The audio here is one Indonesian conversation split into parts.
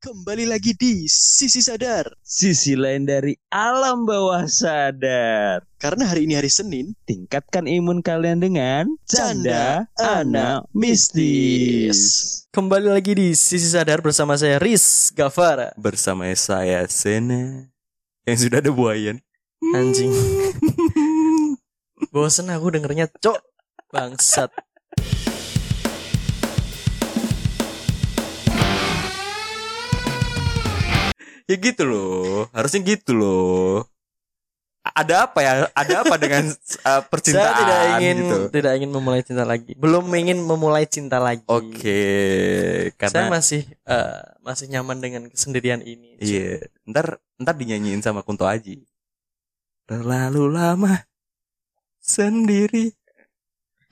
Kembali lagi di Sisi Sadar. Sisi lain dari alam bawah sadar. Karena hari ini hari Senin, Tingkatkan imun kalian dengan Canda canda, Anak anak mistis. Kembali lagi di Sisi Sadar bersama saya Riz Gavara. bersama saya Sena yang sudah ada buayan. Hmm. Anjing. Bosen aku dengernya, Cok. Bangsat. Ya gitu loh, harusnya gitu loh. A- Ada apa ya? Ada apa dengan uh, percintaan saya tidak ingin gitu? tidak ingin memulai cinta lagi. Belum ingin memulai cinta lagi. Oke, Saya karena masih eh, masih nyaman dengan kesendirian ini. Cok. iya, ntar ntar dinyanyiin sama Kunto Aji. Terlalu lama sendiri.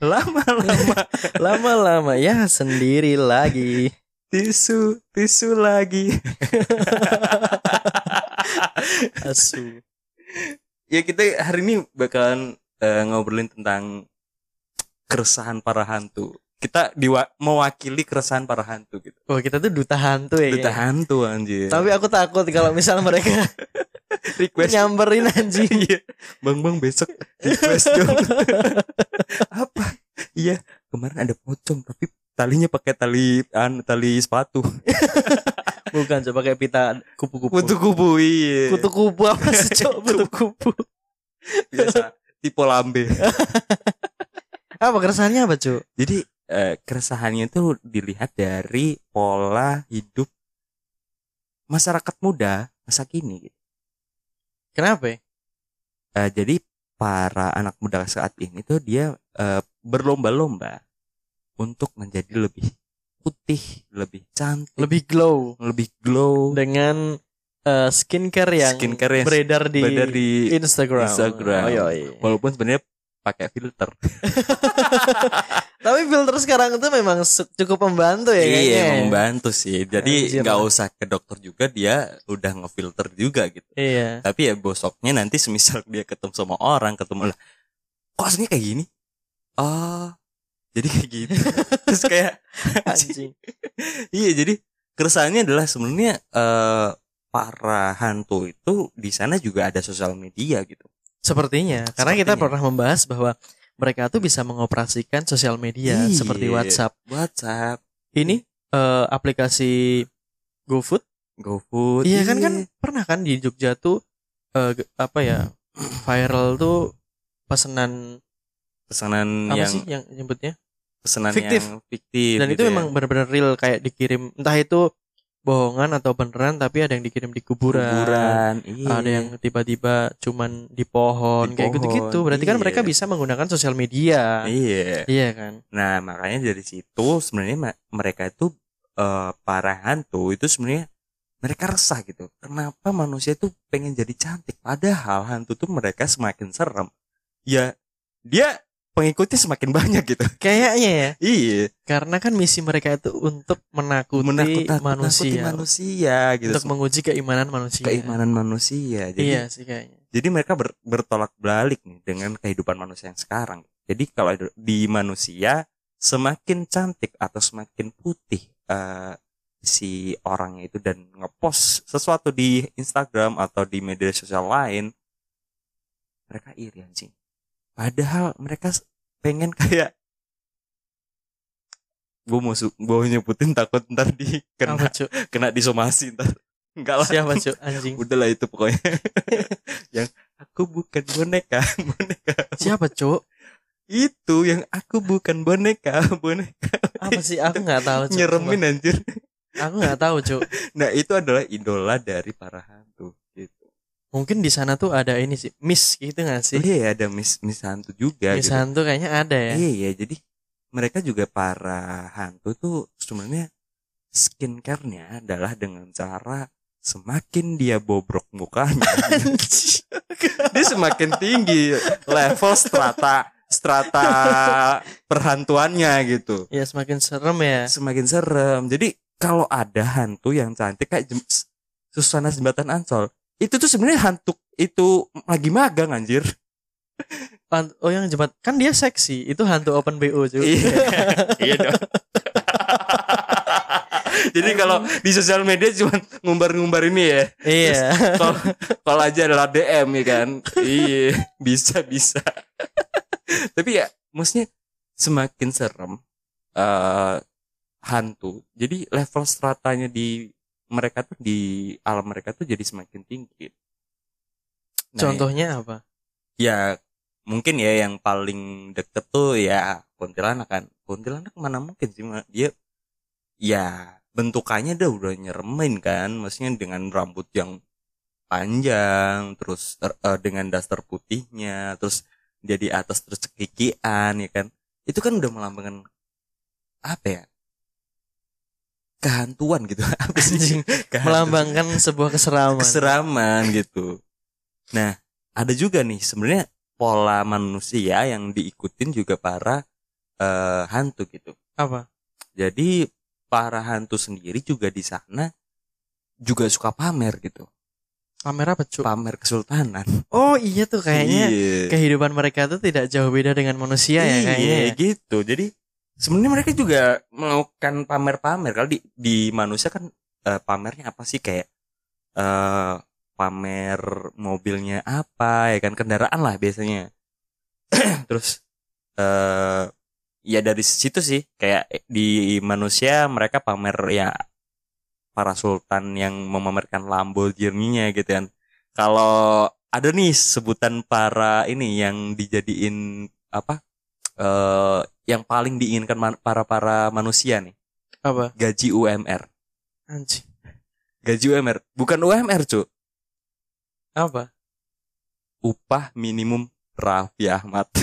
Lama-lama Lama-lama ya sendiri lagi. tisu tisu lagi. Asu. ya kita hari ini bakalan eh, ngobrolin tentang keresahan para hantu. Kita diwa- mewakili keresahan para hantu gitu. Wah, kita tuh duta hantu ya. Duta kayaknya. hantu anjir. Tapi aku takut kalau misal mereka request nyamperin anjing. Iya. Bang Bang besok request dong. Apa? Iya, kemarin ada pocong tapi talinya pakai tali an, tali sepatu. Bukan coba pakai pita kupu-kupu. Kutu kubu iya. Kutu kupu apa sih cok? Kutu kupu. biasa tipe lambe. Apa keresahannya apa cok? Jadi eh, keresahannya itu dilihat dari pola hidup masyarakat muda masa kini. gitu. Kenapa? ya? Eh, jadi para anak muda saat ini tuh dia eh, berlomba-lomba untuk menjadi lebih putih, lebih cantik, Lebih glow lebih glow dengan eh, skincare yang Skincare yang beredar di dari Instagram. Instagram. Oh, iya, iya. walaupun sebenarnya pakai filter. Tapi filter sekarang itu memang se- cukup membantu ya kayaknya. Iya, membantu sih. Jadi Anjir. nggak usah ke dokter juga dia udah ngefilter juga gitu. Iya. tapi ya bosoknya nanti semisal dia ketemu sama orang ketemu lah kok aslinya kayak gini oh jadi kayak gitu terus kayak Anjing. iya jadi keresahannya adalah sebenarnya eh, para hantu itu di sana juga ada sosial media gitu Sepertinya karena kita Sepertinya. pernah membahas bahwa mereka tuh bisa mengoperasikan sosial media Iya. seperti WhatsApp. WhatsApp Ini eh, aplikasi GoFood GoFood Iya kan kan pernah kan di Jogja tuh eh, ge- apa ya viral tuh pesanan pesanan apa yang sih yang nyebutnya pesanan Fiktif. yang fiktif dan gitu itu ya. memang benar-benar real kayak dikirim entah itu bohongan atau beneran tapi ada yang dikirim di kuburan, Kuburan, iya. ada yang tiba-tiba cuman di pohon Di kayak pohon, gitu-gitu berarti kan iya. mereka bisa menggunakan sosial media iya iya kan Nah, makanya dari situ sebenarnya ma- mereka itu eh, para hantu itu sebenarnya mereka resah gitu. Kenapa manusia itu pengen jadi cantik padahal hantu tuh mereka semakin serem. Ya dia pengikutnya semakin banyak gitu. kayaknya ya iya, karena kan misi mereka itu untuk menakuti, menakut-nakuti manusia, manusia gitu. untuk menguji keimanan manusia keimanan manusia. Jadi iya sih kayaknya jadi mereka ber- bertolak balik nih dengan kehidupan manusia yang sekarang. Jadi kalau di- di manusia semakin cantik atau semakin putih eh, si orangnya itu dan ngepost sesuatu di Instagram atau di media sosial lain, mereka iri anjing. Padahal mereka s- pengen kayak gue mau su- gua mau nyebutin takut ntar di apa kena Cuk? kena disomasi ntar enggak lah siapa Cuk? anjing udahlah itu pokoknya yang aku bukan boneka boneka Siapa cuk? itu yang aku bukan boneka boneka Apa sih? Aku nggak tahu. Cuk. nyeremin anjir Sumpah. Aku nggak tahu cuk. nah itu adalah idola dari para hantu gitu Mungkin di sana tuh ada ini sih, miss gitu nggak sih? iya ada miss miss hantu juga gitu. miss hantu kayaknya ada ya. iya iya jadi mereka juga para hantu tuh sebenarnya skincare-nya adalah dengan cara semakin dia bobrok mukanya dia semakin tinggi level strata strata perhantuannya gitu ya semakin serem ya. semakin serem jadi kalau ada hantu yang cantik kayak jem- Susana jembatan Ancol itu tuh sebenarnya hantu itu lagi magang anjir Pan- Oh yang jembat kan dia seksi. Itu hantu open bo cuk. iya dong Jadi kalau di sosial media cuma ngumbar-ngumbar ini ya. iya Kalau kalau aja adalah DM ya kan. Iya, bisa bisa. Tapi ya maksudnya semakin serem eh hantu. Jadi level stratanya di mereka tuh di alam mereka tuh jadi semakin tinggi. Nah, contohnya apa ya mungkin ya yang paling deket tuh ya kuntilanak kan kuntilanak mana mungkin sih Ma? dia ya bentukannya udah udah nyeremin kan maksudnya dengan rambut yang panjang terus er, eh, dengan daster putihnya terus dia di atas terus cekikian ya kan itu kan udah melambangkan apa ya kehantuan gitu apa sih Kehantuan melambangkan sebuah keseraman keseraman gitu. Nah, ada juga nih sebenarnya pola manusia yang diikutin juga para eh, hantu gitu. apa Jadi para hantu sendiri juga di sana juga suka pamer gitu. kamera apa Cuk? Pamer kesultanan. oh iya tuh kayaknya Iya. kehidupan mereka tuh tidak jauh beda dengan manusia ya Iya, kayaknya ya. gitu. Jadi sebenarnya mereka juga melakukan pamer-pamer. Kalau di di manusia kan eh, pamernya apa sih kayak eh pamer mobilnya apa ya kan kendaraan lah biasanya. Terus eh ya dari situ sih kayak di manusia mereka pamer ya para sultan yang memamerkan Lamborghini-nya gitu kan. Kalau ada nih sebutan para ini yang dijadiin apa eh yang paling diinginkan man- para para manusia nih apa gaji UMR anjing gaji UMR bukan UMR cu apa upah minimum Raffi Ahmad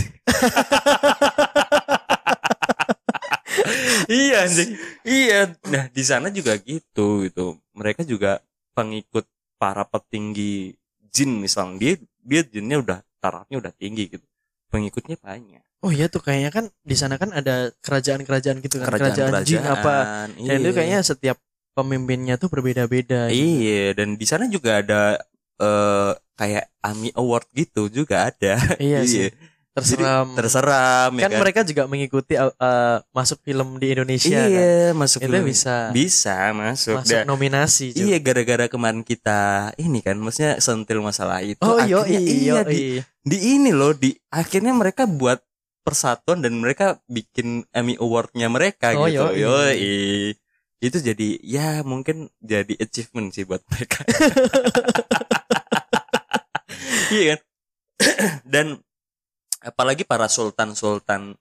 iya anjing iya nah di sana juga gitu gitu mereka juga pengikut para petinggi jin misalnya dia dia jinnya udah tarafnya udah tinggi gitu pengikutnya banyak oh iya tuh kayaknya kan di sana kan ada kerajaan-kerajaan gitu kan kerajaan, jin apa dan itu iya. kayaknya setiap pemimpinnya tuh berbeda-beda gitu. Iya, dan di sana juga ada eh kayak AMI Award gitu juga ada. iya sih terseram Terseram ya kan, mereka juga mengikuti uh, uh, masuk film di Indonesia kan Iya, masuk itu film. bisa Bisa masuk. masuk Dan- nominasi juga. Iya, gara-gara kemarin kita ini kan maksudnya sentil masalah itu. oh iya akhirnya iya iya di, di ini loh, di akhirnya mereka buat persatuan dan mereka bikin Emmy Award-nya mereka Oh, gitu. yoi. Yoi. Itu jadi ya mungkin jadi achievement sih buat mereka. iya kan? dan apalagi para sultan-sultan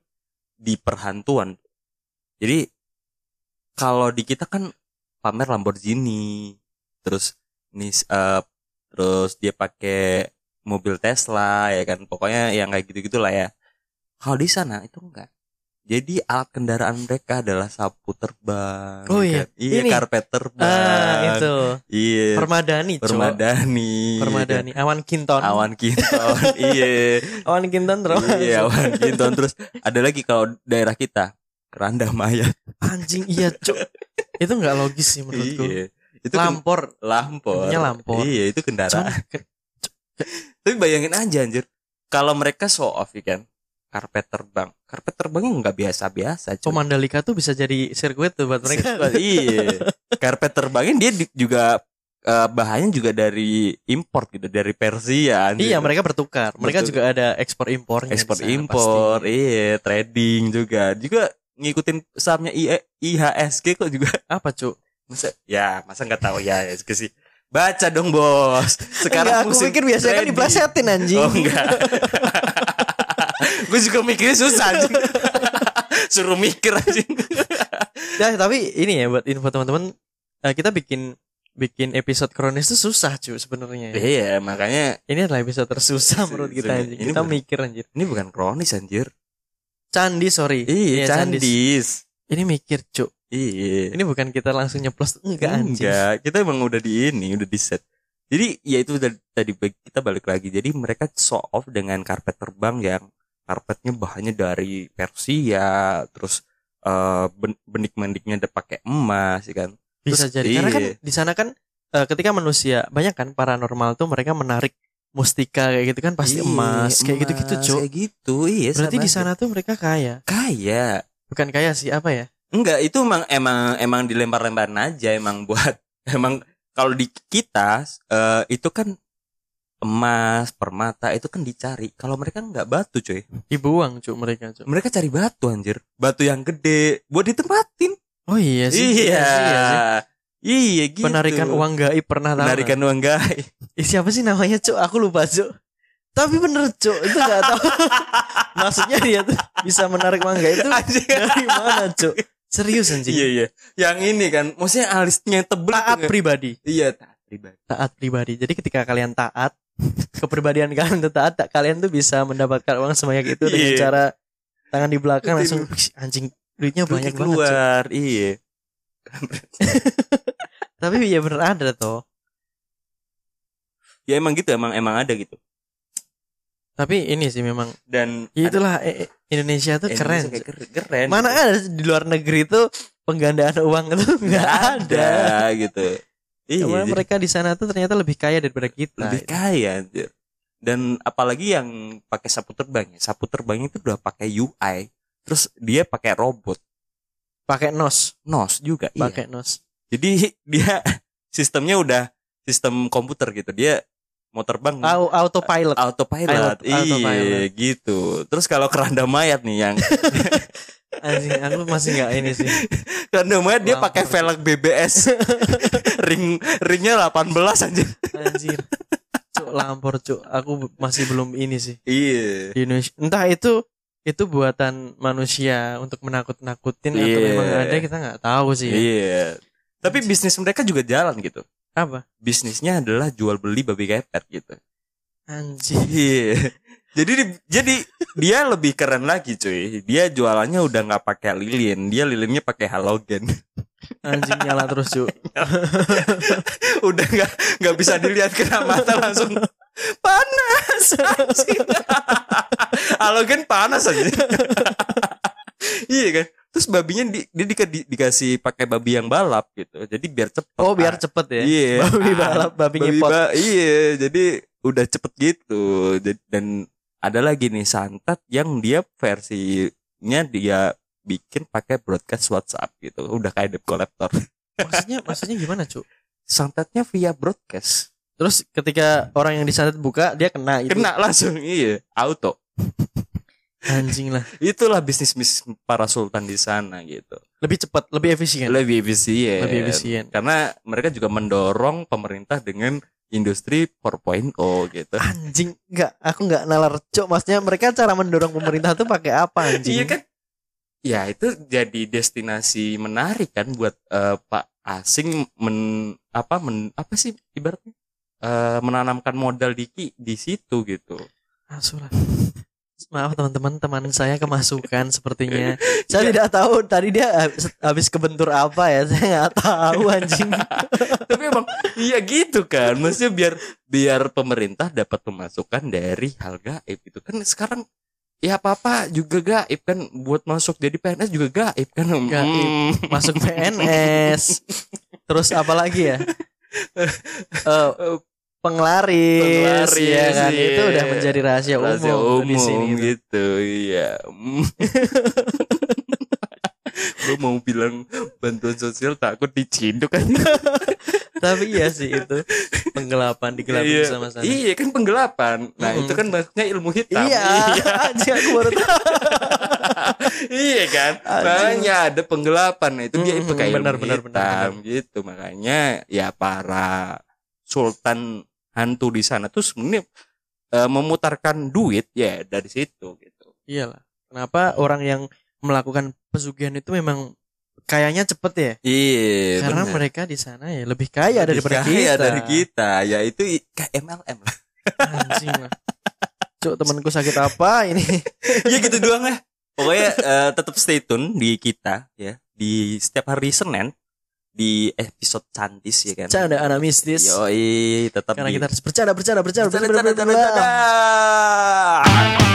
di perhantuan. Jadi kalau di kita kan pamer Lamborghini, terus nis eh, terus dia pakai mobil Tesla ya kan. Pokoknya yang kayak gitu-gitu lah ya. Kalau di sana itu enggak. Jadi alat kendaraan mereka adalah sapu terbang, Oh ya iya. kan? iya Ini. karpet terbang, ah itu iya permadani Cok. permadani, iya. permadani awan kinton awan kinton, iya awan kinton terus Iya, awan kinton terus ada lagi kalau daerah kita keranda mayat. anjing iya cuk itu nggak logis sih menurutku Iya. Itu ken- lampor lampor. intinya lampor. Iya, itu kendaraan. Cuman ke- Tapi bayangin aja anjir. Kalau mereka show off ya kan karpet terbang. Karpet terbangnya nggak biasa-biasa. Cuma cuy. Mandalika tuh bisa jadi sirkuit tuh buat mereka. Sirkuit, iya. Karpet terbangnya dia di- juga eh, bahannya juga dari import gitu, dari Persia. anjir. Iya, mereka bertukar. Mereka Betul. juga ada ekspor impornya. di ekspor sana, impor, pasti. iya, trading juga. Juga ngikutin sahamnya I- IHSG kok juga Apa, Cuk? Masa, ya masa nggak tahu ya ya sih. Baca dong bos. Enggak, Sekarang aku musim pikir biasanya kan trading. diplesetin anjing. Oh enggak. gue juga mikirnya susah anjing. Suruh mikir anjing. Nah, tapi ini ya buat info teman-teman, eh, kita bikin bikin episode kronis tuh susah, Cuk, sebenarnya. ya. Iya makanya Ini adalah episode tersusah Se- menurut se- kita anjing. ini Kita bener. mikir anjir. ini bukan kronis anjir. Candi, sorry. Iya Candi. candis. Ini mikir, Cuk. Iya. Ini bukan kita langsung nyeplos enggak anjing. Enggak, kita emang udah di ini, udah di set. Jadi ya itu dari- tadi ba- kita balik lagi. Jadi mereka show off dengan karpet terbang yang karpetnya bahannya dari Persia, terus eh, ben- benik-beniknya ada pakai emas, ya kan? Bisa Terus- jadi. Karena kan iya. di sana kan eh, ketika manusia banyak kan paranormal tuh mereka menarik mustika kayak gitu kan pasti Iya, emas kayak gitu-gitu, emas, Cuk. Kayak gitu, iya. Berarti sama di aja. sana tuh mereka kaya. kaya. Bukan kaya sih, apa ya? Enggak, itu emang emang emang dilempar-lemparan aja emang buat emang kalau di kita eh, itu kan emas, permata itu kan dicari. Kalau mereka nggak batu, coy. Dibuang cuk mereka cuk. Mereka cari batu anjir. Batu yang gede buat ditempatin. Oh iya iya. sih. sih, iya sih. Iya gitu. Penarikan uang gaib pernah tahu. Penarikan uang guys. nggak? Ih, siapa sih namanya cuk? Aku lupa cuk. Tapi bener cuk, itu gak tahu. Maksudnya dia tuh bisa menarik uang gaib itu ya dari mana cuk? Serius Iya anjing. iya. Yang ini kan maksudnya alisnya tebel. Taat tuh nggak- pribadi. Iya, taat pribadi. taat pribadi. Jadi ketika kalian taat, kepribadian kalian tuh taat, tak- kalian tuh bisa mendapatkan uang sebanyak itu dengan Iya. cara tangan di belakang Betul. langsung "Wih, anjing duitnya Duitnya banyak banget. Cuk." keluar. Iya. Tapi ya bener ada toh. Ya emang gitu, emang emang ada gitu. Tapi ini sih memang Dan ya itulah eh, eh, Indonesia tuh Indonesia keren. kayak Cuk. keren. keren. gitu. Mana ada di luar negeri tuh penggandaan uang itu nggak ada. gitu. Iya. Cuma jadi mereka di sana tuh ternyata lebih kaya daripada kita. lebih kaya anjir. Dan apalagi yang pakai sapu terbang ya. Sapu terbang itu udah pakai UI. Terus dia pakai robot Pakai nos, NOS juga. Iya. pakai nos. Jadi dia sistemnya udah sistem komputer gitu. Dia mau terbang Au- autopilot. autopilot. Pilot, Iya, autopilot. gitu. Terus kalau keranda mayat nih yang Anjing, aku masih nggak ini sih. keranda mayat dia Lapar. pakai velg BBS. Ring ringnya 18 aja. Anjir. Cuk lampor cuk. Aku b- masih belum ini sih. Iya. Di Indonesia. Entah itu itu buatan manusia untuk menakut-nakutin atau Iya. memang ada kita nggak tahu sih. ya. Iya. Tapi bisnis mereka juga jalan gitu. Apa? Bisnisnya adalah jual beli babi ngepet gitu. Anjir. Iya. Jadi di- jadi dia lebih keren lagi cuy. Dia jualannya udah nggak pakai lilin, dia lilinnya pakai halogen. Anjing nyala terus cuk. udah nggak nggak bisa dilihat kena mata langsung panas. anjing. halogen panas aja. iya kan. Terus babinya di, dia dika- di- dikasih pakai babi yang balap gitu. Jadi biar cepet. Oh biar cepet ya. Iya. Babi balap, babi Babi ngepot. ba- iya, jadi udah cepet gitu. Jadi- Dan ada lagi nih santet yang dia versinya dia bikin pakai broadcast WhatsApp gitu. Udah kayak debt collector. Maksudnya maksudnya gimana cuk? Santetnya via broadcast. Terus ketika orang yang disantet buka dia kena gitu. Kena langsung iya, auto. Anjing lah. Itulah bisnis bisnis para sultan di sana gitu. Lebih cepat, lebih efisien. Lebih efisien. Lebih efisien. Karena mereka juga mendorong pemerintah dengan industri 4.0 gitu. Anjing nggak, aku nggak nalar cuk. Maksudnya mereka cara mendorong pemerintah tuh pakai apa anjing? Iya kan? Ya itu jadi destinasi menarik kan buat eh, Pak asing men apa men apa sih ibaratnya Eh, menanamkan modal di ki- di situ gitu. Asuran. Maaf teman-teman, teman saya kemasukan sepertinya. Saya tidak tahu tadi dia habis, habis kebentur apa ya. Saya nggak tahu anjing. Tapi emang iya gitu kan. Maksudnya biar biar pemerintah dapat pemasukan dari hal gaib itu kan sekarang ya apa-apa juga gaib kan buat masuk jadi PNS juga gaib kan. Gaib. Hmm. Masuk PNS. Terus apa lagi ya? Eh, penglaris, Penglaris, ya kan iya. itu udah menjadi rahasia, Rahasia umum, di sini umum gitu. gitu iya gue mau bilang bantuan sosial takut diciduk kan tapi iya sih itu penggelapan digelapin iya. sama sana iya kan penggelapan nah Mm-mm. itu kan maksudnya ilmu hitam iya anjing aku baru tahu iya kan Aduh. makanya ada penggelapan nah, itu dia Mm-mm, itu kayak ilmu benar, benar, hitam benar, gitu makanya ya para sultan hantu di sana tuh sebenarnya eh, memutarkan duit ya dari situ gitu iyalah kenapa orang yang melakukan pesugihan itu memang kayaknya cepet ya iya Karena benar. mereka di sana ya lebih kaya Lebih daripada kaya kita. Ah, iya, dari kita ya itu i- kayak MLM lah Anjing lah. Cuk temanku sakit apa ini? ya gitu doang lah pokoknya eh, tetap stay tune di kita ya di setiap hari Senin di episode cantis ya kan Canda anak mistis. yoi tetap Karena di- kita harus bercanda bercanda bercanda Bercanda, bercanda. bercanda, bercanda.